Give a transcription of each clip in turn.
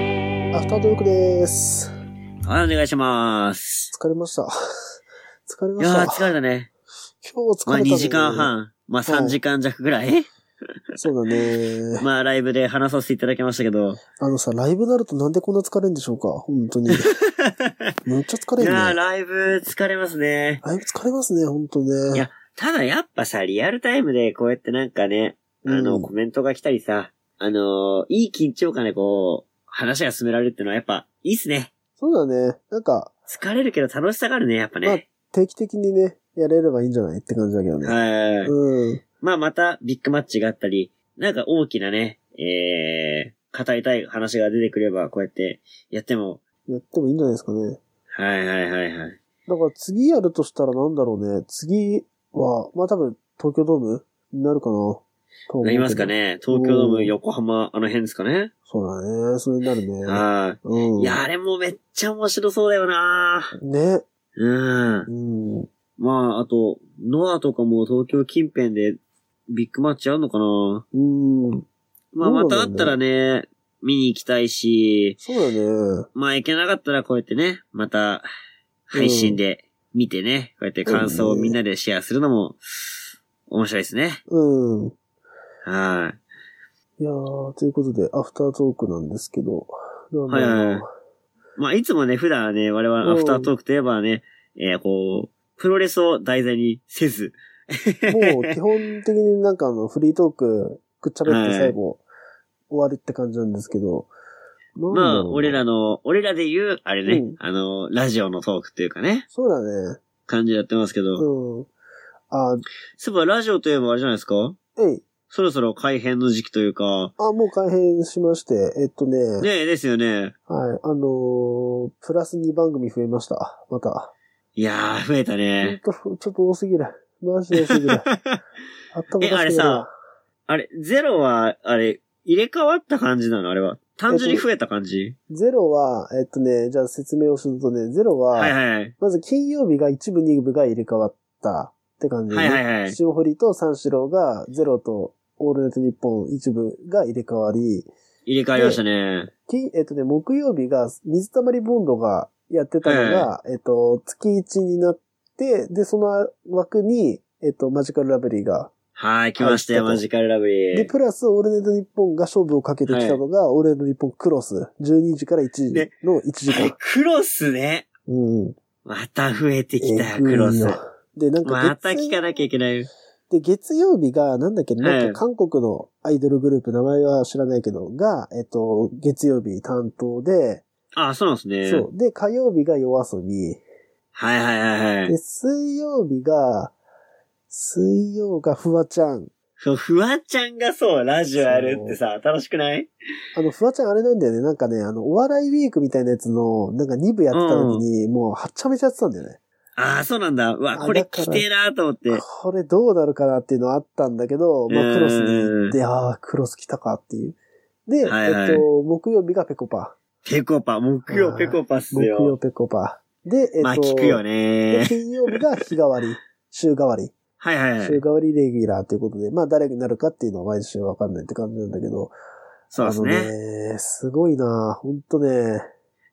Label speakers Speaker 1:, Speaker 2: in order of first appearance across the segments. Speaker 1: フタートークです。
Speaker 2: はい、お願いします。
Speaker 1: 疲れました。 疲れ
Speaker 2: い
Speaker 1: まし
Speaker 2: や
Speaker 1: た。
Speaker 2: ー、疲れたね。
Speaker 1: 今日疲
Speaker 2: まあ
Speaker 1: れた、ね。
Speaker 2: 2時間。半、まあ3時間弱ぐ らい。
Speaker 1: そうだね。
Speaker 2: まあ、ライブで話させていただきましたけど。
Speaker 1: あのさ、ライブになるとなんでこんな疲れるんでしょうか本 当に。めっちゃ疲
Speaker 2: い
Speaker 1: れる
Speaker 2: やー、
Speaker 1: ね。
Speaker 2: ライブ疲れますね。
Speaker 1: ライブ疲れますね、本当ね。
Speaker 2: いやただやっぱさ、リアルタイムでこうやってなんかね、あ
Speaker 1: う
Speaker 2: の、
Speaker 1: ん
Speaker 2: コメントが来たりさ、あのー、いい緊張感でこう、話が進められるってのはやっぱ、いいっすね。
Speaker 1: そうだね。なんか、
Speaker 2: 疲れるけど楽しさがあるね、やっぱね。
Speaker 1: 定期的にね、やれればいいんじゃないって感じだけどね。
Speaker 2: はい。
Speaker 1: うん。
Speaker 2: まあまたビッグマッチがあったり、なんか大きなね、えー、語りたい話が出てくれば、こうやってやっても、
Speaker 1: やってもいいんじゃないですかね。
Speaker 2: はいはいはいはい。
Speaker 1: だから次やるとしたらなんだろうね。次は、まあ多分東京ドームになるかな。と思うけど
Speaker 2: なりますか。ね。東京ドー
Speaker 1: う
Speaker 2: ム、
Speaker 1: ん
Speaker 2: 横浜、あの辺ですかね。
Speaker 1: そうだね。それになるね。
Speaker 2: は
Speaker 1: う
Speaker 2: い。
Speaker 1: ん。
Speaker 2: いや、あれもめっちゃ面白そうだよな
Speaker 1: ね。
Speaker 2: うん
Speaker 1: う。ん。
Speaker 2: まあ、あと、ノアとかも東京近辺でビッグマッチあるのかな
Speaker 1: うん。
Speaker 2: まあ、
Speaker 1: どう
Speaker 2: ま
Speaker 1: な
Speaker 2: た
Speaker 1: んだろうね
Speaker 2: あったらね、見に行きたいし、
Speaker 1: そうだね。
Speaker 2: まあ、行けなかったらこうやってね、また、配信で見てね、こうやって感想をみんなでシェアするのも、面白いですね。
Speaker 1: うん。
Speaker 2: はい
Speaker 1: やー、ということで、アフタートークなんですけど。なん
Speaker 2: い。
Speaker 1: だ
Speaker 2: はい
Speaker 1: ろう
Speaker 2: はいはい。まあ、いつもね、普段はね、我々アフタートークといえばね、えー、こう、プロレスを題材にせず。
Speaker 1: もう基本的になんかあの、フリートーク、くっちゃべって最後、終わるって感じなんですけど。なんだろう
Speaker 2: ま
Speaker 1: な
Speaker 2: あ、俺らの、俺らで言う、あれね、
Speaker 1: うん
Speaker 2: あの、ラジオのトークっていうかね、
Speaker 1: そうだね。
Speaker 2: 感じでやってますけ
Speaker 1: う
Speaker 2: ど、
Speaker 1: ん。あ、
Speaker 2: そういえばラジオといえばあれじゃないですか
Speaker 1: えい。
Speaker 2: そろそろ改編の時期というか、
Speaker 1: あ、もう改編しまして、えっとね、
Speaker 2: ねえ、ですよね。
Speaker 1: はい、あのー、プラス2番組増えました。また。
Speaker 2: いやー、増えた
Speaker 1: ほん
Speaker 2: ね。
Speaker 1: と、ちょっと多すぎる。マジで多すぎる。あった
Speaker 2: えあれさ あれ、ゼロは、あれ、入れ替わった感じなのあれは。単純に増えた感じ、
Speaker 1: ゼロは、えっとね、じゃあ説明をするとね、ゼロは、
Speaker 2: はいはいはい。
Speaker 1: まず金曜日が一部二部が入れ替わったって感じで、ね。
Speaker 2: はいはいはい
Speaker 1: 霜降りと三四郎がゼロとオールナイトニッポン一部が入れ替わり、
Speaker 2: 入れ替わりましたね。
Speaker 1: 金えっとね、木曜日が水溜りボンドがやってたのが、えっと、月1になって、で、その枠に、えっと、マジカルラブリーが。
Speaker 2: はい、来ましたよ、
Speaker 1: はい
Speaker 2: マジカルラブリ
Speaker 1: で、
Speaker 2: ー。
Speaker 1: プラス、オールナイトニッポンが勝負をかけてきたのが、オールナイトニッポンクロス。12時から1時
Speaker 2: ね
Speaker 1: の1時間。
Speaker 2: はいクロスね。
Speaker 1: うん。
Speaker 2: また増えてきた
Speaker 1: え
Speaker 2: よ、
Speaker 1: ぐい
Speaker 2: クロス。
Speaker 1: よで、なんか
Speaker 2: また
Speaker 1: 月
Speaker 2: 聞かなきゃいけないよ。
Speaker 1: で、月曜日が、なんだっけ、
Speaker 2: ええ
Speaker 1: なんか韓国のアイドルグループ、名前は知らないけど、が、えっと、月曜日担当で、
Speaker 2: あ、そうなんですね。
Speaker 1: そう。で、火曜日が夜遊び。
Speaker 2: はいはいはいは
Speaker 1: で、
Speaker 2: い。
Speaker 1: 水曜日が、水曜がフワちゃん。
Speaker 2: そう、フワちゃんがそう、ラジオやるってさ、楽しくない
Speaker 1: あの、フワちゃんあれなんだよね。なんかね、あの、お笑いウィークみたいなやつの、なんか2部やってた時に、もう、はっちゃめちゃやってたんだよね。
Speaker 2: ああ、そうなんだ。うわ、
Speaker 1: あ
Speaker 2: これ
Speaker 1: だから
Speaker 2: 来てえなと思って。
Speaker 1: これどうなるかなっていうのはあったんだけど、まあ、クロスに行っ
Speaker 2: う
Speaker 1: て、ああ、クロス来たかっていう。で、
Speaker 2: はいはい
Speaker 1: えっと、木曜日がぺこぱ。
Speaker 2: ペコパ、木曜ペコパっす
Speaker 1: 木曜
Speaker 2: よ。
Speaker 1: ペコパ。で、えっと、
Speaker 2: まあ聞くよ
Speaker 1: で
Speaker 2: ね。
Speaker 1: 金曜日が日替わり、週替わり、
Speaker 2: はい はいは
Speaker 1: 週
Speaker 2: い。
Speaker 1: 替わりレギュラーということで、まあ誰になるかっていうのは毎週わかんないって感じなんだけど、
Speaker 2: そうです
Speaker 1: あ
Speaker 2: ね。
Speaker 1: のね、すごいなほんとね、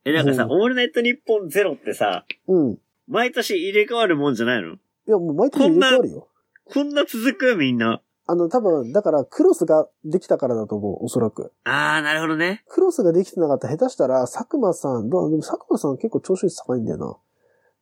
Speaker 2: え、なんかさ、
Speaker 1: う
Speaker 2: オールナイトニッポンゼロってさ、
Speaker 1: うん。
Speaker 2: 毎年入れ替わるもんじゃないの
Speaker 1: いや、もう毎年入れ替わるよ。
Speaker 2: こんな続くみんな。
Speaker 1: あの、多分、だから、クロスができたからだと思う、おそらく。
Speaker 2: ああ、なるほどね。
Speaker 1: クロスができてなかったら、下手したら、佐久間さん、どうでも佐久間さん結構聴取率高いんだよな。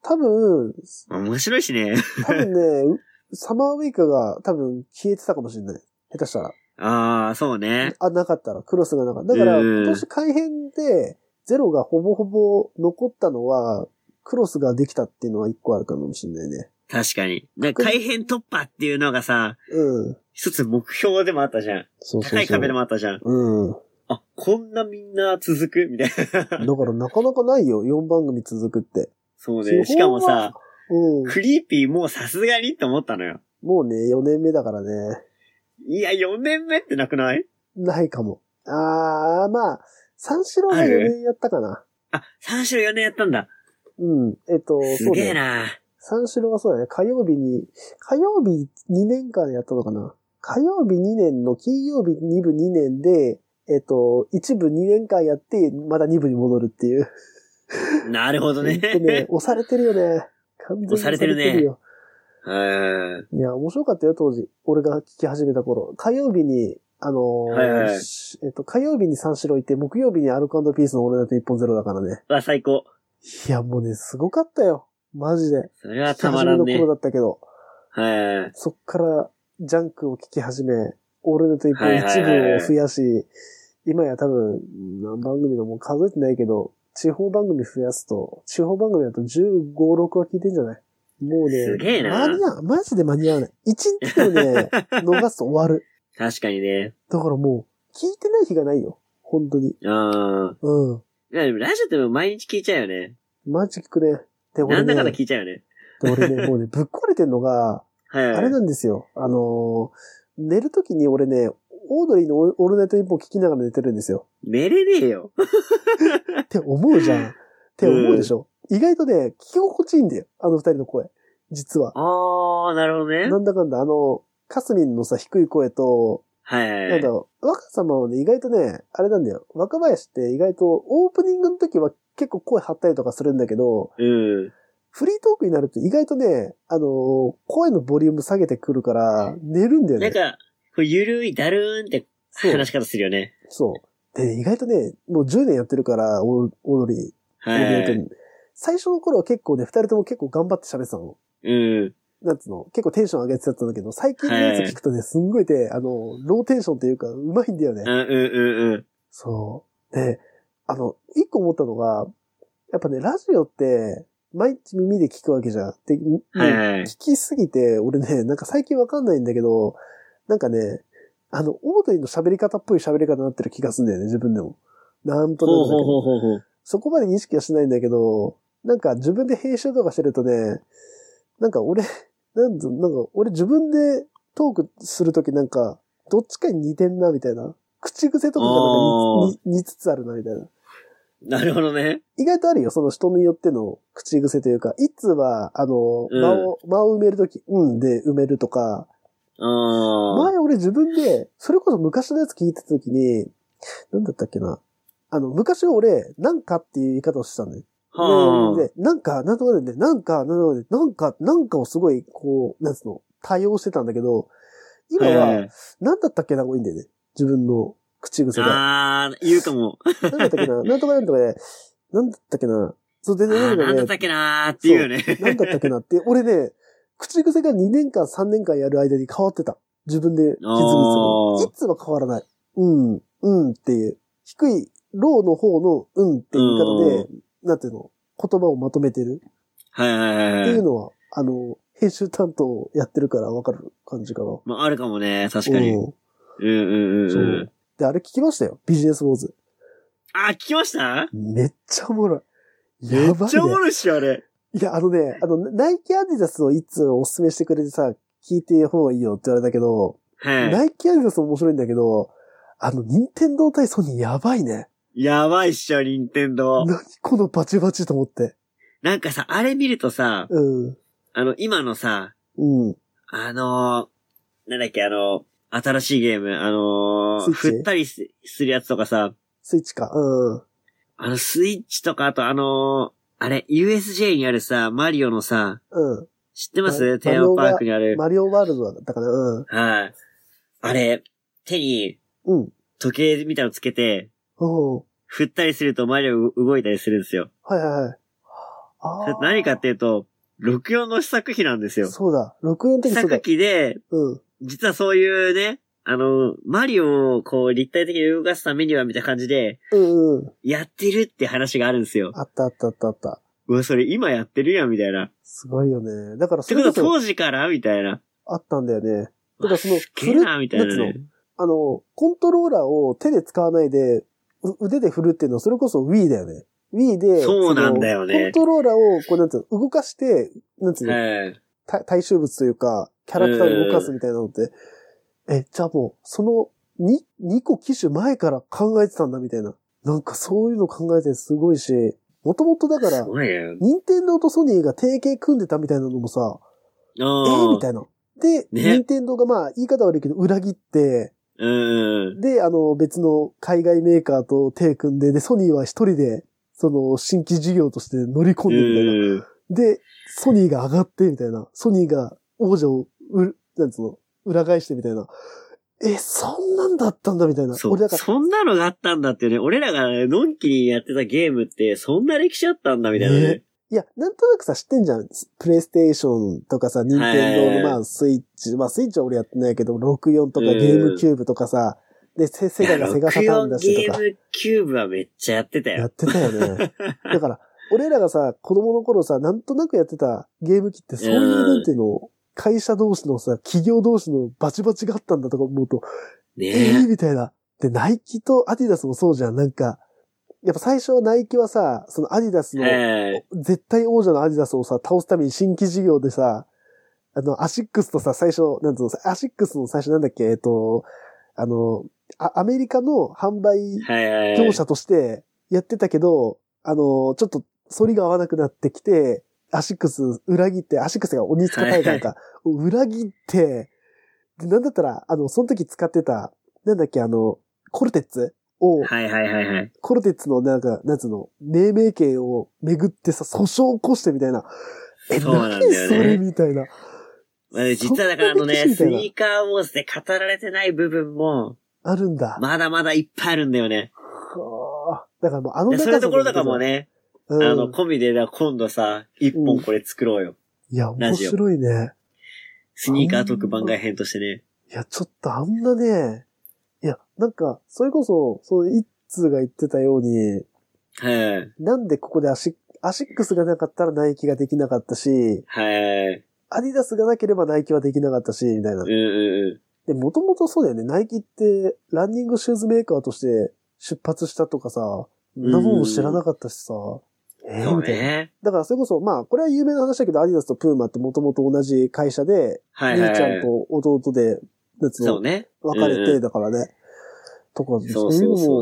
Speaker 1: 多分、
Speaker 2: 面白いしね。
Speaker 1: 多分 ね、うサマーウイカが多分消えてたかもしれない。下手したら。
Speaker 2: ああ、そうね。
Speaker 1: あ、なかったら、クロスがなかった。だから、
Speaker 2: うん
Speaker 1: 今年改編で、ゼロがほぼほぼ残ったのは、クロスができたっていうのは一個あるかもしれないね。
Speaker 2: 確かに。なんか改編突破っていうのがさ、
Speaker 1: うん。
Speaker 2: 一つ目標でもあったじゃん。
Speaker 1: そうそうそう。
Speaker 2: 高い壁でもあったじゃん。
Speaker 1: うん。
Speaker 2: あ、こんなみんな続くみたい な。
Speaker 1: だからなかなかないよ、4番組続くって。
Speaker 2: そう
Speaker 1: 基本
Speaker 2: ね。
Speaker 1: は
Speaker 2: しかもさ、
Speaker 1: うん。
Speaker 2: クリーピーもうさすがにって思ったのよ。
Speaker 1: もうね、4年目だからね。
Speaker 2: いや、4年目ってなくない
Speaker 1: ないかも。あー、まあ、三四郎が
Speaker 2: ある
Speaker 1: 4年やったかな。
Speaker 2: あ、3種4年やったんだ。
Speaker 1: うん。えっと、
Speaker 2: す
Speaker 1: そう
Speaker 2: げえ
Speaker 1: だね。
Speaker 2: な。
Speaker 1: 三四郎はそうだね。火曜日に、火曜日2年間やったのかな。火曜日2年の金曜日2部2年で、ええっと、一部2年間やって、まだ2部に戻るっていう。
Speaker 2: なるほどね。
Speaker 1: ほんとね、押されてるよね。完全に
Speaker 2: 押されてるね
Speaker 1: 押よ
Speaker 2: うん。
Speaker 1: いや、面白かったよ、当時。俺が聞き始めた頃。火曜日に、あのー
Speaker 2: はいはいはい
Speaker 1: しえっと、火曜日に三四郎いて、木曜日にアルコピースの俺だと一本ゼロだからね。
Speaker 2: わ、最高。
Speaker 1: いや、もうね、すごかったよ。マジで。
Speaker 2: それはたまらん
Speaker 1: 聞き始めの
Speaker 2: ね
Speaker 1: 頃。だったけど、
Speaker 2: はい。
Speaker 1: そっから、ジャンクを聞き始め、オールナイト一
Speaker 2: は
Speaker 1: 本
Speaker 2: い
Speaker 1: 一
Speaker 2: はいはいはい
Speaker 1: 部を増やし、今や多分、何番組だもう数えてないけど、地方番組増やすと、地方番組だと15、6は聞いてんじゃないもうね、
Speaker 2: すげえな
Speaker 1: 間に合う、マジで間に合わない。1日を ね、逃すと終わる。
Speaker 2: 確かにね。
Speaker 1: だからもう、聞いてない日がないよ。本当に。
Speaker 2: うん。
Speaker 1: うん。
Speaker 2: いやでもラジオって毎日聞いちゃうよね。
Speaker 1: マジックね。で、
Speaker 2: な
Speaker 1: 俺
Speaker 2: んだ
Speaker 1: ね、
Speaker 2: かんだ
Speaker 1: で
Speaker 2: 聞いちゃうよね。
Speaker 1: 俺ね、もうね、ぶっ壊れてんのが、
Speaker 2: はいはい。
Speaker 1: あれなんですよ。あのー寝るときに俺ね、オードリーのオールナイト一本聞きながら寝てるん ですよ。
Speaker 2: 寝れねえよ。
Speaker 1: って思うじゃん。って思うでしょ。意外とね、聞き心地いいんだよ。あの二人の声。実は。
Speaker 2: あー、なるほどね。
Speaker 1: なんだかんだ、あの、カスミンのさ、低い声と、
Speaker 2: はい
Speaker 1: な
Speaker 2: は
Speaker 1: ん
Speaker 2: い
Speaker 1: だ
Speaker 2: はい。
Speaker 1: ろう、若様はね、意外とね、あれなんだよ。若林って意外と、オープニングの時は結構声張ったりとかするんだけど、
Speaker 2: うん。
Speaker 1: フリートークになると意外とね、あのー声のボリューム下げてくるから、寝るんだよ
Speaker 2: な
Speaker 1: ね
Speaker 2: ん。か、こうゆるいだるーんって
Speaker 1: そう
Speaker 2: 話し方するよね。
Speaker 1: そう。で、意外とね、もう10年やってるから、オーオードリー、オー
Speaker 2: はい
Speaker 1: ド
Speaker 2: は
Speaker 1: リー
Speaker 2: い。
Speaker 1: と最初の頃は結構ね、二人とも結構頑張って喋ってたの。
Speaker 2: うん。
Speaker 1: なんつうの結構テンション上げてたんだけど、最近のやつ聞くとね、すんごいね、あの、ローテンションというか、うまいんだよね
Speaker 2: あ。うんうんうん。
Speaker 1: そう。で、あの、一個思ったのが、やっぱね、ラジオって、毎日耳で聞くわけじゃん。で、もう
Speaker 2: はいはい。
Speaker 1: 聞きすぎて、俺ね、 なんか最近わかんないんだけど、なんかね、あの、オードリーの喋り方っぽい喋り方になってる気がするんだよね、自分でも。なんと
Speaker 2: ほ
Speaker 1: な
Speaker 2: う
Speaker 1: くだ
Speaker 2: ほう
Speaker 1: けど。
Speaker 2: ほうほうほう。
Speaker 1: そこまで意識はしないんだけど、なんか自分で編集とかしてるとね、なんか俺、なんぞなんか俺自分でトークするときなんか、どっちかに似てんな、みたいな。口癖とかがなんか似似つつあるな、みたいな。
Speaker 2: なるほどね。
Speaker 1: 意外とあるよ、その人によっての口癖というか、いつは、あの、
Speaker 2: うん
Speaker 1: 間を、間を埋めるとき、うんで埋めるとか、
Speaker 2: あー。
Speaker 1: 前俺自分で、それこそ昔のやつ聞いてたときに、なんだったっけな。あの、昔は俺、なんかっていう言い方をしてたんだよ。
Speaker 2: はー。
Speaker 1: で、なんか、なんとかで、なんか、なんとかで、なんか、なんかをすごい、こう、なんつうの、対応してたんだけど、今
Speaker 2: はいはい
Speaker 1: は
Speaker 2: は、い
Speaker 1: なんだったっけな、が多いんだよね。自分の口癖が。
Speaker 2: あー、言うかも。
Speaker 1: なんだったっけな、なんとかなんとかで、なんだったっけな、そう、
Speaker 2: あ
Speaker 1: 全然な
Speaker 2: ー
Speaker 1: んと
Speaker 2: な
Speaker 1: か
Speaker 2: んだ
Speaker 1: で
Speaker 2: ったっけなーっていうよね。
Speaker 1: なんだったっけなって、俺ね、口癖が2年間、3年間やる間に変わってた。自分で気づいてた
Speaker 2: あー
Speaker 1: いつは変わらない。うん、うんっていう。低い、ローの方のうんっていう言い方で、なんていうの、言葉をまとめてる。
Speaker 2: はいはい
Speaker 1: って
Speaker 2: はいいうはい。
Speaker 1: のは、あの、編集担当をやってるからわかる感じかな。
Speaker 2: まあ、あるかもね、確かに。
Speaker 1: うん
Speaker 2: うんうんうん。。
Speaker 1: そううんで、あれ聞きましたよ。ビジネス坊主。
Speaker 2: あー、聞きました
Speaker 1: めっちゃおもろい。
Speaker 2: め
Speaker 1: や
Speaker 2: っ
Speaker 1: ばい、
Speaker 2: ちゃおも
Speaker 1: ね。
Speaker 2: ろいっしょ、あれ。
Speaker 1: いや、あのね、あの、ナイキアディダスをいつおすすめしてくれてさ、聞いてる方がいいよって言われたけど、
Speaker 2: は
Speaker 1: ナイキアディダスも面白いんだけど、あの、ニンテンドー対ソニーやばいね。
Speaker 2: い。やばいっしょ、任天堂
Speaker 1: 何このバチバチと思って。
Speaker 2: なんかさ、あれ見るとさ、
Speaker 1: うん。
Speaker 2: あの、今のさ、
Speaker 1: うん。
Speaker 2: あのー、なんだっけ、あのー、新しいゲーム、あのー、
Speaker 1: スイッチ
Speaker 2: 振ったりすするやつとかさ、
Speaker 1: スイッチか。うん。
Speaker 2: あの、スイッチとか、あとあのー、あれ、USJ にあるさ、マリオのさ、
Speaker 1: う
Speaker 2: 知ってま
Speaker 1: マ
Speaker 2: すテーマパークにあ
Speaker 1: ん。
Speaker 2: る。
Speaker 1: マリオワールドだったかな。うん。
Speaker 2: はい。あれ、手に
Speaker 1: うん。
Speaker 2: 時計みたいのつけて、
Speaker 1: おう
Speaker 2: 振ったりするとマリオ動いたりするんですよ。
Speaker 1: はいはいはい。あー
Speaker 2: 何かっていうと、64の試作機なんですよ。
Speaker 1: そうだ。6円の時
Speaker 2: 試
Speaker 1: そうだ
Speaker 2: 作。機で、
Speaker 1: うん。
Speaker 2: 実はそういうね、あの、マリオをこう立体的に動かすためにはみたいな感じで、
Speaker 1: うんうん。
Speaker 2: やってるって話があるんですよ。
Speaker 1: あったあったあったあった。
Speaker 2: うわ、それ今やってるやんみたいな。っ
Speaker 1: すごいよね。だからそ
Speaker 2: て
Speaker 1: れ
Speaker 2: こ
Speaker 1: ことそ
Speaker 2: 当時からみたいな。
Speaker 1: あったんだよね。だからその
Speaker 2: うわすげえなみたいな
Speaker 1: フルー
Speaker 2: ね
Speaker 1: ツ。あの、コントローラーを手で使わないで、う腕で振るっていうのはそれこそ Wii だよね。Wii で、
Speaker 2: そうなんだよね
Speaker 1: そのコントローラーを、こうなんつうの、動かして、なんつうの、
Speaker 2: はい。
Speaker 1: た対象物というか、キャラクターを動かすみたいなのって、え、じゃあもう、その2、2個機種前から考えてたんだみたいな。なんかそういうの考えてすごいし、もともとだか
Speaker 2: す
Speaker 1: ら、
Speaker 2: ごいね。
Speaker 1: 任天堂とソニーが提携組んでたみたいなのもさ、えー、み
Speaker 2: あ
Speaker 1: たいな。で、
Speaker 2: ね
Speaker 1: 任天堂がまあ、言い方悪いけど、裏切って、
Speaker 2: あ。うん。
Speaker 1: で、あの、別の海外メーカーと手組んで、で、ソニーは一人で、その、新規事業として乗り込んでみたいな。
Speaker 2: うん。
Speaker 1: で、ソニーが上がって、みたいな。ソニーが王者を、う、なんつうの、裏返してみたいな。え、そんなんだったんだ、みたいな。
Speaker 2: そ
Speaker 1: 俺だ
Speaker 2: う。
Speaker 1: から、
Speaker 2: そんなのがあったんだってね。俺らがね、のんきにやってたゲームって、そんな歴史あったんだみたいなね
Speaker 1: ね。いや、なんとなくさ、知ってんじゃん。プレイステーションとかさ、任天堂
Speaker 2: はい
Speaker 1: のまあ、スイッチ。まあ、スイッチは俺やってないけど、64とか
Speaker 2: うん
Speaker 1: ゲームキューブとかさ、で、セセガがセガサターンだし
Speaker 2: 64
Speaker 1: とか
Speaker 2: ゲ。ームキューブはめっちゃやってた
Speaker 1: や
Speaker 2: よ
Speaker 1: っ。てたよ ね。だから、俺らがさ、子供の頃さ、なんとなくやってたゲーム機って、そういうう、
Speaker 2: ん
Speaker 1: なんていうの、会社同士のさ、企業同士のバチバチがあったんだとか思うと、え
Speaker 2: ね
Speaker 1: ー、みたいな。で、ナイキとアディダスもそうじゃん。なんか、やっぱ最初はナイキはさ、そのアディダス
Speaker 2: え。
Speaker 1: の、
Speaker 2: はい
Speaker 1: 絶対王者のアディダスをさ、倒すために新規事業でさ、あの、アシックスとさ、最初、なんつうの、アシックスの最初なんだっけ、えっと、あの、あアメリカの販売
Speaker 2: はいはい。
Speaker 1: 業者としてやってたけど、あの、ちょっと、反りが合わなくなってきて、アシックス裏切って、アシックスが鬼塚大会か、裏切って、で、なんだったら、あの、その時使ってた、なんだっけ、あの、コルテッツを、
Speaker 2: はいはいはいはい。
Speaker 1: コルテッツのなんか、なんつうの、命名権をめぐってさ、訴訟を起こしてみたいな。え、
Speaker 2: そうなんだよね
Speaker 1: 何それみたいな。
Speaker 2: まあね実はだからあの
Speaker 1: そんな
Speaker 2: ね、
Speaker 1: 歴史み
Speaker 2: ス
Speaker 1: たいな
Speaker 2: ニーカーウォーズで語られてない部分も、
Speaker 1: あるんだ。
Speaker 2: まだまだいっぱいあるんだよね。
Speaker 1: はあだからもうあの
Speaker 2: で
Speaker 1: 中
Speaker 2: そういうところとかもね、
Speaker 1: う
Speaker 2: あ
Speaker 1: ん、
Speaker 2: の、込みでだ今度さ、一本これ作ろうよ。
Speaker 1: いや、
Speaker 2: ラ
Speaker 1: 面
Speaker 2: ジオ
Speaker 1: 白いね。
Speaker 2: スニーカー特番外編としてね。
Speaker 1: いや、ちょっとあんなね、いや、なんか、それこそ、その一通が言ってたように、
Speaker 2: はい。
Speaker 1: なんでここでアシアシックスがなかったらナイキができなかったし、
Speaker 2: はい。
Speaker 1: アディダスがなければナイキはできなかったし、みたいな
Speaker 2: うん。うんうん。
Speaker 1: で、もともとそうだよね。ナイキって、ランニングシューズメーカーとして出発したとかさ、そんなもんも知らなかったしさ。え
Speaker 2: そ
Speaker 1: ー
Speaker 2: う
Speaker 1: みたいな。
Speaker 2: ね。
Speaker 1: だからそれこそ、まあ、これは有名な話だけど、アディダスとプーマってもともと同じ会社で、
Speaker 2: はいはい
Speaker 1: 兄ちゃん
Speaker 2: はい。
Speaker 1: と弟で、なんつうの
Speaker 2: そうね。
Speaker 1: 別れ
Speaker 2: うんう
Speaker 1: て、
Speaker 2: ん
Speaker 1: だからね。とか、
Speaker 2: そうそうそう。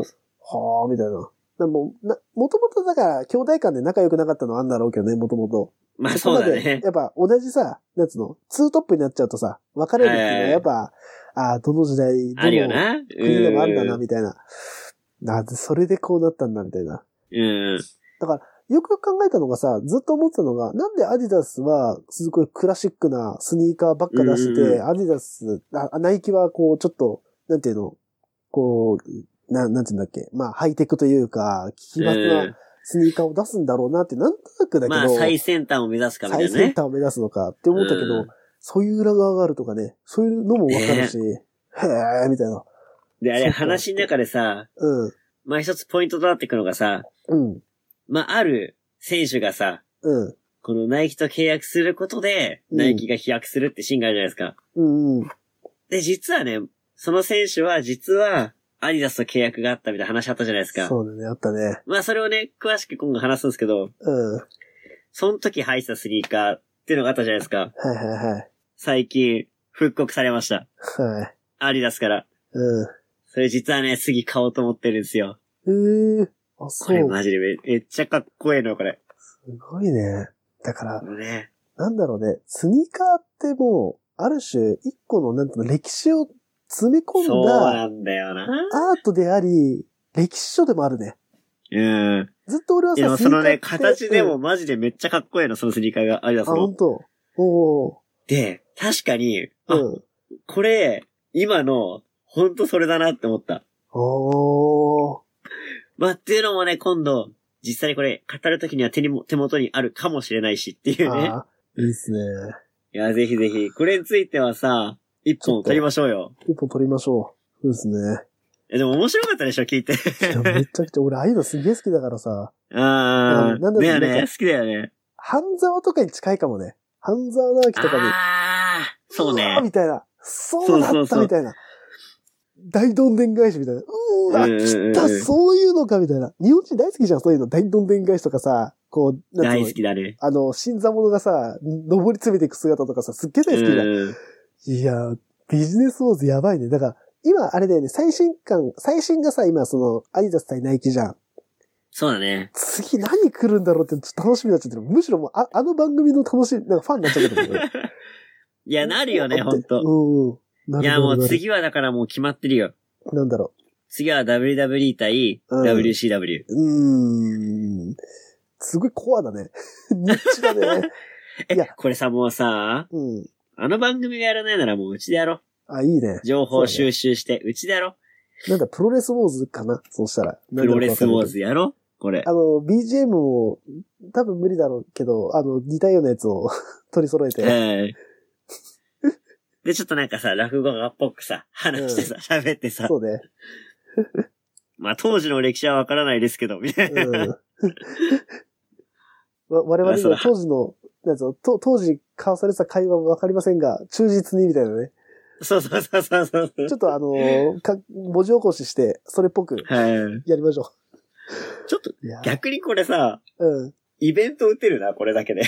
Speaker 1: はあ、みたいな。でもな、もともとだから、兄弟間で仲良くなかったのはあんだろうけどね、もともと。
Speaker 2: まあ
Speaker 1: こ
Speaker 2: そう
Speaker 1: ま
Speaker 2: だ
Speaker 1: で
Speaker 2: ね。
Speaker 1: やっぱ同じさ、なんつうの、ツートップになっちゃうとさ、別れるっていうのはやっぱ、ああ、どの時代、
Speaker 2: ある
Speaker 1: ど
Speaker 2: よ
Speaker 1: の
Speaker 2: な。うん
Speaker 1: 国でもあるんだな、みたいな。なぜ、それでこうなったんだ、みたいな。
Speaker 2: うん。
Speaker 1: よくよく考えたのがさ、ずっと思ってたのが、なんでアディダスは、すごいクラシックなスニーカーばっか出してて、
Speaker 2: うんうんうん
Speaker 1: アディダス、あナイキはこう、ちょっと、なんていうの、こう、ななんていうんだっけ、まあ、ハイテクというか、奇抜なスニーカーを出すんだろうなって、なんとなくだけど、
Speaker 2: まあ最先端を目指すかみた
Speaker 1: 最
Speaker 2: いな
Speaker 1: 先
Speaker 2: ね。
Speaker 1: 端を目指すのかって思ったけど、
Speaker 2: うん
Speaker 1: そういう裏側があるとかね、そういうのもわかるし、へえ、みたいな。
Speaker 2: で、あれ
Speaker 1: そうか
Speaker 2: 話の中でさ、
Speaker 1: うん、
Speaker 2: まあ一つポイントとなってくのがさ、
Speaker 1: うん、
Speaker 2: まあある選手がさ、
Speaker 1: うん、
Speaker 2: このナイキと契約することで、
Speaker 1: うん
Speaker 2: ナイキが飛躍するってシーンがあるじゃないですか。
Speaker 1: うん、うん。
Speaker 2: で、実はね、その選手は実は、アディダスと契約があったみたいな話あったじゃないですか。
Speaker 1: そうだね、あったね。
Speaker 2: まあそれをね、詳しく今後話すんですけど、
Speaker 1: うん、は
Speaker 2: その時履いてたスニーカーっていうのがあったじゃないですか。
Speaker 1: いはいはい。
Speaker 2: 最近、復刻されました。
Speaker 1: はい。
Speaker 2: アディダスから。
Speaker 1: うん。
Speaker 2: それ実はね、次買おうと思ってるんですよ。
Speaker 1: ええあ、
Speaker 2: こ
Speaker 1: そ
Speaker 2: れ
Speaker 1: う。
Speaker 2: マジでめめっちゃかっこええのよ、これ。
Speaker 1: すごいね。だから、
Speaker 2: ね。
Speaker 1: なんだろうね。スニーカーってもう、ある種、一個の、なんていうの、歴史を詰め込
Speaker 2: そうん
Speaker 1: だ
Speaker 2: なんだよな。
Speaker 1: アートであり、歴史書でもあるね。
Speaker 2: うん。
Speaker 1: ずっと俺は
Speaker 2: でも
Speaker 1: さ、
Speaker 2: そのね、
Speaker 1: スニーカーって
Speaker 2: 形で
Speaker 1: う
Speaker 2: も
Speaker 1: ん
Speaker 2: マジでめっちゃかっこええの、そのスニーカーが、アディ
Speaker 1: あ、
Speaker 2: ダスの
Speaker 1: 本。当おお
Speaker 2: で、確かに、
Speaker 1: ー。
Speaker 2: あ、
Speaker 1: うん。
Speaker 2: これ、今の、ほんとそれだなって思った。
Speaker 1: おー。
Speaker 2: まあ、っていうのもね、今度、実際にこれ、語るときには手にも、手元にあるかもしれないしっていうね。
Speaker 1: あーいいっすね。
Speaker 2: いや、ぜひぜひ、これについてはさ、一本取りましょうよ。
Speaker 1: 一本取りましょう。そうですね。
Speaker 2: え、でも面白かったでしょ、聞 いて。
Speaker 1: いやめちゃくちゃ、俺、ああいうのすげえ好きだからさ、
Speaker 2: あ
Speaker 1: なんだ
Speaker 2: あ、
Speaker 1: ろう
Speaker 2: だ
Speaker 1: な
Speaker 2: よ
Speaker 1: ん
Speaker 2: ね、好
Speaker 1: か
Speaker 2: きだよね。
Speaker 1: 半沢とかに近いかもね。半沢直樹とかに
Speaker 2: ああ、そう
Speaker 1: わー
Speaker 2: ね。
Speaker 1: みたいな。そうだ
Speaker 2: そうそう
Speaker 1: っ
Speaker 2: そう
Speaker 1: たみたいな。大どんでん返しみたいな。うーわ、
Speaker 2: うんうんうんうん
Speaker 1: 来た、そういうのかみたいな。日本人大好きじゃん、そういうの。大どんでん返しとかさ、こう、なんつ
Speaker 2: 大好
Speaker 1: う
Speaker 2: き
Speaker 1: の、
Speaker 2: だね。
Speaker 1: あの、新参者がさ、登り詰めていく姿とかさ、すっげえ大好きじゃん。
Speaker 2: うん
Speaker 1: いやー、ビジネスウォーズやばいね。だから、今、あれだよね、最新刊、最新がさ、今、その、アディダス対ナイキじゃん。
Speaker 2: そうだね。
Speaker 1: 次何来るんだろうって、ちょっと楽しみになっちゃってる。むしろもう、あ あの番組の楽しみ、なんかファンになっちゃってる。
Speaker 2: いや、なるよね、ほんと。
Speaker 1: うん。ない
Speaker 2: や、もう
Speaker 1: なる
Speaker 2: 次はだからもう決まってるよ。
Speaker 1: なんだろ
Speaker 2: 次は WWE 対
Speaker 1: うん
Speaker 2: WCW。
Speaker 1: う。うーん。すごいコアだね。 ニッチだ ね。い
Speaker 2: え
Speaker 1: や、
Speaker 2: これさ、もうさ、
Speaker 1: うん。
Speaker 2: あの番組がやらないならもううちでやろ
Speaker 1: あ、いいね
Speaker 2: う。。情報収集して、うちでやろ
Speaker 1: なんだ、プロレスウォーズかなそうしたら。
Speaker 2: う。プロレスウ
Speaker 1: なんだか
Speaker 2: ォー
Speaker 1: わかんないけ
Speaker 2: ズやろうこれ
Speaker 1: ど。あ。の、BGM も、多分無理だろうけど、あの、似たようなやつを 取り揃えて。
Speaker 2: ええ で、ちょっとなんかさ、落語家っぽくさ、話してさ、喋ってさ、
Speaker 1: そうね。
Speaker 2: まあ当時の歴史はわからないですけど、みたいな。
Speaker 1: うん。わ我々には当時の、なんつうのと当時交わされてた会話もわかりませんが、忠実にみたいなね。
Speaker 2: そうそうそうそうそう。
Speaker 1: ちょっとあ の、か文字起こしして、それっぽく
Speaker 2: はい。
Speaker 1: やりましょ
Speaker 2: ちょっと、
Speaker 1: う。いや、
Speaker 2: 逆にこれさ、
Speaker 1: うん。
Speaker 2: イベント打てるな、これだ けで。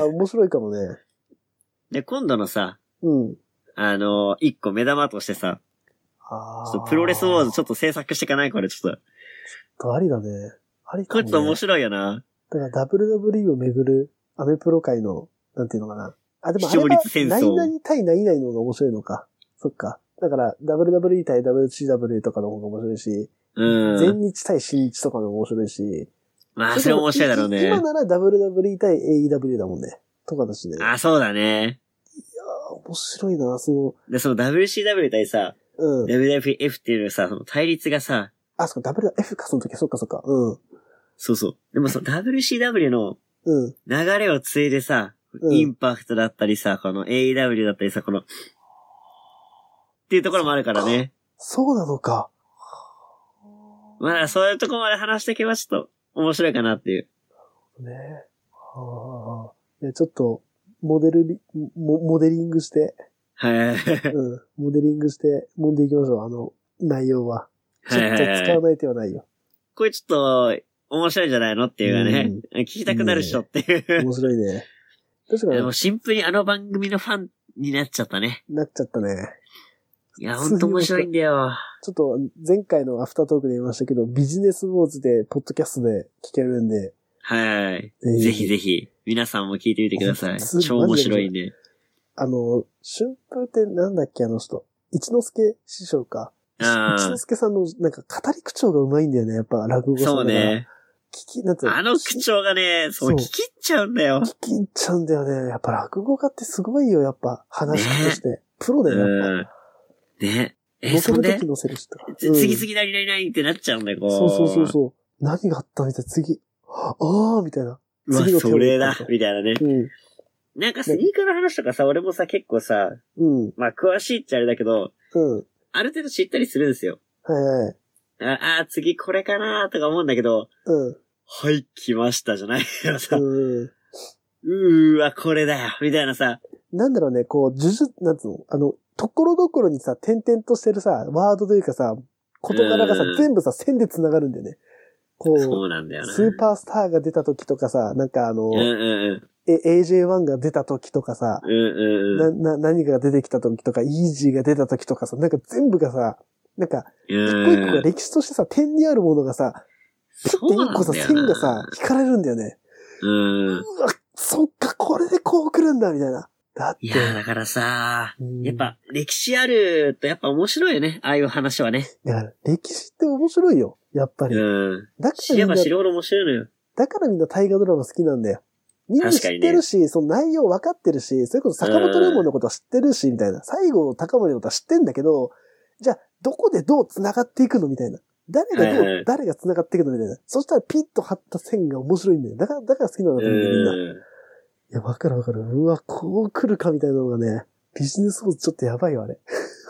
Speaker 1: あ面白いかもね。
Speaker 2: で、今度のさ、
Speaker 1: うん。
Speaker 2: あの、一個目玉としてさ、
Speaker 1: あ
Speaker 2: ち
Speaker 1: ー
Speaker 2: ょっとプロレスウォーズちょっと制作していかないこれちょっと。
Speaker 1: とありだね。あり
Speaker 2: こ
Speaker 1: か
Speaker 2: れ
Speaker 1: も、
Speaker 2: ちょ
Speaker 1: ね。
Speaker 2: っと面白いよな。
Speaker 1: だから WWE をめぐるアメプロ界の、なんていうのかな。あ、でもあれ
Speaker 2: 視聴
Speaker 1: は
Speaker 2: 率戦争
Speaker 1: 何々対何々の方が面白いのか。そっか。だから、WWE 対 WCW とかの方が面白いし、
Speaker 2: う
Speaker 1: 全
Speaker 2: ん。
Speaker 1: 日対新日とかの方が面白いし。
Speaker 2: まあ、それ面白いだろうね
Speaker 1: 今。なら WWE 対 AEW だもんね。とかだしね。あ
Speaker 2: あ、そうだね。
Speaker 1: 面白いな、そ
Speaker 2: で、その WCW 対さ、
Speaker 1: の、うん。
Speaker 2: WWF っていうさ、その対立がさ、
Speaker 1: あ、そっか、WF か、その時、そっかそっか。うん。
Speaker 2: そうそう。でもその WCW の
Speaker 1: うん。
Speaker 2: 流れを継いでさ、
Speaker 1: うん
Speaker 2: インパクトだったりさ、この AEW だったりさ、この、っていうところもあるからね。
Speaker 1: そうなのか。
Speaker 2: まあ、そういうところまで話していけばちょっと面白いかなっていう。
Speaker 1: ね。はあ。いや、ちょっと、モデルリ、モモデリング して、
Speaker 2: はい。
Speaker 1: うん。モデリングして、揉んでいきましょう。あの、内容は。ちょ
Speaker 2: は
Speaker 1: っと使
Speaker 2: い
Speaker 1: わ。ない手はないよ。
Speaker 2: これちょっと、面白いんじゃないのっていうね。聞きたくなる人っていう。
Speaker 1: 面白いね。確か
Speaker 2: で
Speaker 1: に
Speaker 2: も、シンプルにあの番組のファンになっちゃったね。
Speaker 1: なっちゃったね。
Speaker 2: いや、ほんと面白いんだよ。
Speaker 1: ちょっと、前回のアフタートークで言いましたけど、ビジネスウォーズで、ポッドキャストで聞けるんで、
Speaker 2: はい。
Speaker 1: ぜひ
Speaker 2: ぜひぜひ、皆さんも聞いてみてください。
Speaker 1: す
Speaker 2: 超面白いんで。
Speaker 1: あの、春風ってなんだっけ、あの人。一之助師匠か。し
Speaker 2: あー
Speaker 1: 一之助さんの、なんか、語り口調がうまいんだよね、やっぱ、落語さん
Speaker 2: そ
Speaker 1: だ
Speaker 2: う
Speaker 1: から。
Speaker 2: ね。
Speaker 1: 聞き、なんつう
Speaker 2: あの口調がね、そう、
Speaker 1: そう
Speaker 2: 聞き入っちゃうんだよ。
Speaker 1: 聞き入っちゃうんだよね。やっぱ落語家ってすごいよ、やっぱ。話し方して。プロだ
Speaker 2: う
Speaker 1: よ、やっ
Speaker 2: ん。ね。
Speaker 1: ぱ。
Speaker 2: え、
Speaker 1: 乗せ
Speaker 2: そん
Speaker 1: る
Speaker 2: で
Speaker 1: とき、乗せるしとか。
Speaker 2: 次
Speaker 1: うん
Speaker 2: 々なりなりなりってなっちゃうんだよ、こう。
Speaker 1: そうそうそうそう。何があったみたいな、次。ああ、みたいな。
Speaker 2: うわ、
Speaker 1: 次の手を
Speaker 2: それだ
Speaker 1: 打った、と
Speaker 2: みたいなね。
Speaker 1: うん。
Speaker 2: なんかスニーカーの話とかさ、俺もさ、結構さ、
Speaker 1: うん。
Speaker 2: まあ、詳しいっちゃあれだけど、
Speaker 1: うん。
Speaker 2: ある程度知ったりするんですよ。
Speaker 1: はいはい。
Speaker 2: ああー、次これかなーとか思うんだけど、
Speaker 1: うん。
Speaker 2: はい、来ましたじゃない よさ、う
Speaker 1: うん。
Speaker 2: ーわ、これだよ、みたいなさ、
Speaker 1: なんだろうね、こう、呪術、なんつうの、あの、ところどころにさ、点々としてるさ、ワードというかさ、事柄がさ
Speaker 2: うん、
Speaker 1: 全部さ、線で繋がるんだよね。こ、
Speaker 2: そううなんだよな。
Speaker 1: スーパースターが出た時とかさ、なんかあの、
Speaker 2: うんうん
Speaker 1: え AJ1 が出た時とかさ、
Speaker 2: うん。うんうんう
Speaker 1: な、
Speaker 2: ん。
Speaker 1: な、何かが出てきた時とか、イージーが出た時とかさ、なんか全部がさ、なんか、一個一個
Speaker 2: う
Speaker 1: が
Speaker 2: ん。
Speaker 1: 歴史としてさ、点にあるものがさ、ピッて一個さ、
Speaker 2: そうな
Speaker 1: 線
Speaker 2: んだよな
Speaker 1: がさ、引かれるんだよね。
Speaker 2: うん。
Speaker 1: うわ、そっか、これでこう来るんだ、みたいな。だって
Speaker 2: いやー、だからさ、
Speaker 1: うん、
Speaker 2: やっぱ、歴史あるとやっぱ面白いよね。ああいう話はね。
Speaker 1: だから、歴史って面白いよ。やっぱり。
Speaker 2: うん。
Speaker 1: だから
Speaker 2: 知
Speaker 1: み
Speaker 2: れ
Speaker 1: んな
Speaker 2: ば、知るほど面白いのよ。
Speaker 1: だからみんな大河ドラマ好きなんだよ。みんな
Speaker 2: 確
Speaker 1: 知
Speaker 2: かに
Speaker 1: っ
Speaker 2: ね
Speaker 1: てるし、その内容分かってるし、それこそ坂本龍馬のことは知ってるし、みたいな。西郷隆盛のことは知ってんだけど、じゃあ、どこでどう繋がっていくのみたいな。誰がどう、
Speaker 2: はいはい
Speaker 1: 誰が繋がっていくのみたいな。そしたらピッと張った線が面白いんだよ。だから、だから好きなんだと思うんだよ、みんな。い
Speaker 2: うん。
Speaker 1: や、わかるわかる。うわ、こう来るかみたいなのがね、ビジネスウォーズちょっとやばいよ、あれ。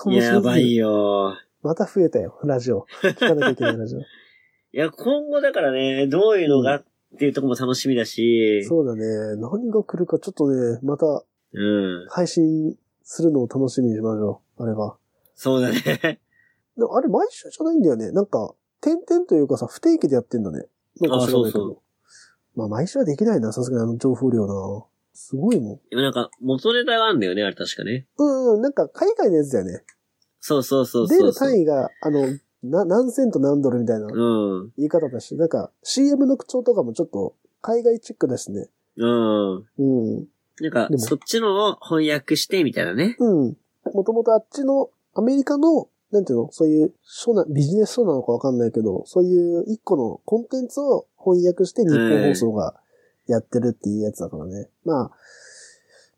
Speaker 1: 面白すぎる
Speaker 2: やばいよ。
Speaker 1: また増えたよ、ラジオ。聞かなきゃいけないラジオ。
Speaker 2: いや、今後だからね、どういうのがっていうとこも楽しみだし、
Speaker 1: そうだね。何が来るかちょっとね、また
Speaker 2: うん。
Speaker 1: 配信するのを楽しみにしましょう。あれは。
Speaker 2: そうだね。
Speaker 1: でもあれ毎週じゃないんだよね。なんか、点々というかさ、不定期でやってんだね。なんか知らないけ
Speaker 2: あそう
Speaker 1: ど。まあ毎週はできないな、さすがにあの情報量な。すごいもん。
Speaker 2: でもなんか、元ネタがあるんだよね、あれ確かね。
Speaker 1: うんうん、なんか海外のやつだよね。
Speaker 2: そうそうそう
Speaker 1: 出
Speaker 2: そう
Speaker 1: る
Speaker 2: そう。
Speaker 1: 単位が、あの、な何セント何ドルみたいな
Speaker 2: うん。
Speaker 1: 言い方だし、なんか CM の口調とかもちょっと海外チックだしね。
Speaker 2: うん。
Speaker 1: うん。
Speaker 2: なんか
Speaker 1: で、も
Speaker 2: そっちのを翻訳してみたいなね。
Speaker 1: うん。もともとあっちのアメリカの、なんていうのそういう、書な、ビジネス書なのかわかんないけど、そういう一個のコンテンツを翻訳して日本放送がやってるっていうやつだからね。まあ、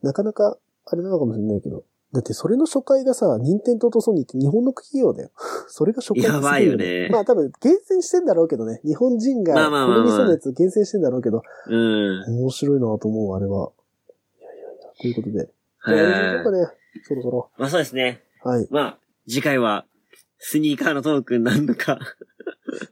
Speaker 1: なかなか、あれなのかもしれないけど。だってそれの初回がさ、任天堂とソニーって日本の企業だよ。 それが初回ってすご
Speaker 2: やばいよね
Speaker 1: まあ多分厳選してんだろうけどね。日本人が
Speaker 2: まあまあまあまあ
Speaker 1: この店のやつを厳選してんだろうけど、
Speaker 2: うん。
Speaker 1: 面白いなと思う、あれは。いやいやいや、ということで。
Speaker 2: え
Speaker 1: やりましょう
Speaker 2: ー
Speaker 1: かね。そろそろ。
Speaker 2: まあそうですね。
Speaker 1: はい。
Speaker 2: まあ、次回は、スニーカーのトークになるのか。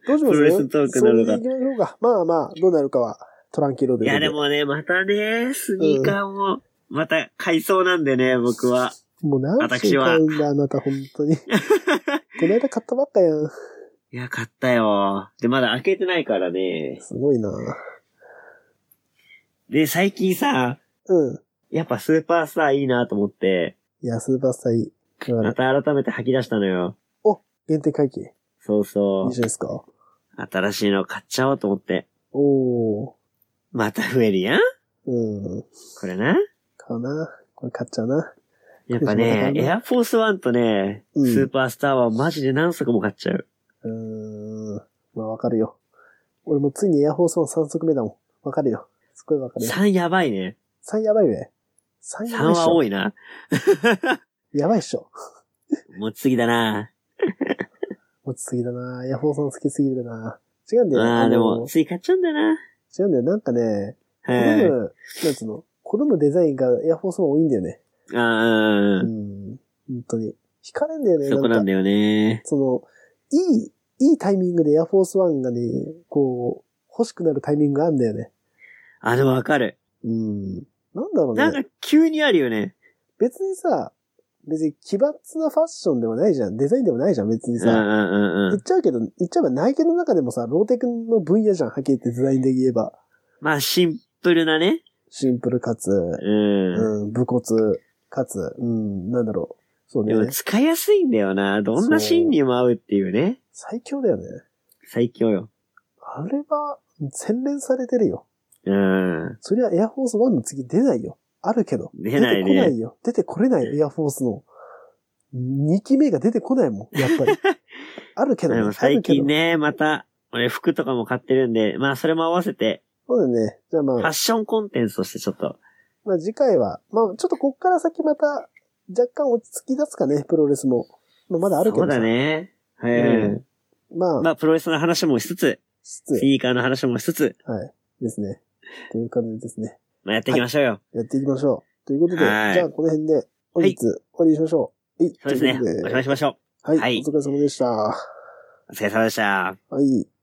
Speaker 1: どうします
Speaker 2: プロレストークなのか
Speaker 1: そう行きましょうか。まあまあ、どうなるかは、トランキーロー
Speaker 2: い
Speaker 1: で。
Speaker 2: やで。もね、またね、スニーカーも、また買いそうなんでね、僕は。
Speaker 1: もう何週
Speaker 2: 私は
Speaker 1: 買うんだ、あなた、本当 に。この間買ったばっかやん。
Speaker 2: いや、買ったよ。で、まだ開けてないからね。
Speaker 1: すごいな
Speaker 2: で、最近さ、
Speaker 1: うん。
Speaker 2: やっぱスーパースターいいなと思って、
Speaker 1: いや、スーパースターいい。だか
Speaker 2: ま
Speaker 1: ら、
Speaker 2: た改めて吐き出したのよ。
Speaker 1: 限定会期。いいじ
Speaker 2: そう
Speaker 1: ゃ
Speaker 2: そ
Speaker 1: ないですか。
Speaker 2: う。新しいの買っちゃおうと思って。
Speaker 1: おー。
Speaker 2: また増えるやん
Speaker 1: うん。
Speaker 2: これな。
Speaker 1: 買うな。これ買っちゃうな。
Speaker 2: やっぱ
Speaker 1: また買
Speaker 2: ね
Speaker 1: う、の
Speaker 2: エアフォースワンとね、ス
Speaker 1: うん
Speaker 2: ーパースターはマジで何足も買っちゃう。
Speaker 1: うーん。まあ、わかるよ。俺もついにエアフォースワン3足目だもん。わかるよ。すごいわかるよ。
Speaker 2: 3やばいね。
Speaker 1: 3やばいね。3や
Speaker 2: 3
Speaker 1: ばいっし
Speaker 2: は
Speaker 1: ょ
Speaker 2: 多。いな。
Speaker 1: やばいっしょ。
Speaker 2: 持ちすぎだな。
Speaker 1: 持ちすぎだなヤホーさん好きすぎるな違うんだよ。
Speaker 2: ああ、
Speaker 1: の
Speaker 2: でも、つい買っちゃうんだよな。
Speaker 1: 違うんだよ。なんかね、好
Speaker 2: はい。
Speaker 1: む、なんつうの、好むデザインがエアフォースワン多いんだよね。う
Speaker 2: ああ、
Speaker 1: ん。本当に。惹かれんだよね。
Speaker 2: そこなん
Speaker 1: か
Speaker 2: だよね。
Speaker 1: その、いい、いいタイミングでエアフォースワンがね、こう、欲しくなるタイミングがあるんだよね。
Speaker 2: あ、でもわかる。
Speaker 1: うん。なんだろう
Speaker 2: なん
Speaker 1: ね。
Speaker 2: か急にあるよね。
Speaker 1: 別にさ、別に奇抜なファッションでもないじゃん。デザインでもないじゃん、別に
Speaker 2: うんう
Speaker 1: さ。
Speaker 2: んうんう
Speaker 1: 言
Speaker 2: ん
Speaker 1: っ。ちゃうけど、言っちゃえばナイキの中でもさ、ローテクの分野じゃん、はっきり言ってデザインで言えば。
Speaker 2: まあ、シンプルなね。
Speaker 1: シンプルかつ、
Speaker 2: うん。
Speaker 1: うん、武骨、かつ、うん、なんだろう。そう
Speaker 2: でも
Speaker 1: ね。
Speaker 2: 使いやすいんだよな。どんなシーンにも合うっていうね。
Speaker 1: 最強だよね。
Speaker 2: 最強よ。
Speaker 1: あれは、洗練されてるよ。
Speaker 2: うん。
Speaker 1: そりゃエアフォース1の次出ないよ。あるけど。
Speaker 2: 出ない
Speaker 1: 出て
Speaker 2: ね
Speaker 1: こないよ。出てこれないよ、エアフォースの。2期目が出てこないもん、やっぱ り。あるけど、
Speaker 2: で
Speaker 1: ね、
Speaker 2: も最近
Speaker 1: あるけど。
Speaker 2: ね、また、俺服とかも買ってるんで、まあそれも合わせて、
Speaker 1: そうだよね。じゃあま
Speaker 2: ファッ
Speaker 1: あ、
Speaker 2: ションコンテンツとしてちょっと、
Speaker 1: まあ次回は、まあちょっとこっから先また、若干落ち着き出すかね、プロレスも。まあまだあるけ
Speaker 2: そ
Speaker 1: ど
Speaker 2: う
Speaker 1: さ
Speaker 2: だ。ね。は
Speaker 1: う
Speaker 2: い。
Speaker 1: まあ、
Speaker 2: まあプロレスの話もしつつ、
Speaker 1: しつ
Speaker 2: スニーカーの話もしつつ、
Speaker 1: はい。ですね。という感じですね。
Speaker 2: まあやっていきましょうよ。
Speaker 1: やっていきましょう。ということで、じ
Speaker 2: はい
Speaker 1: ゃあこの辺で本日終わりにしましょう。はい。
Speaker 2: そうですね。
Speaker 1: とい
Speaker 2: お
Speaker 1: こ
Speaker 2: し
Speaker 1: と
Speaker 2: まいしましょう。
Speaker 1: はい、
Speaker 2: はい
Speaker 1: お疲れ様でした。は
Speaker 2: お疲れ様でした。
Speaker 1: い。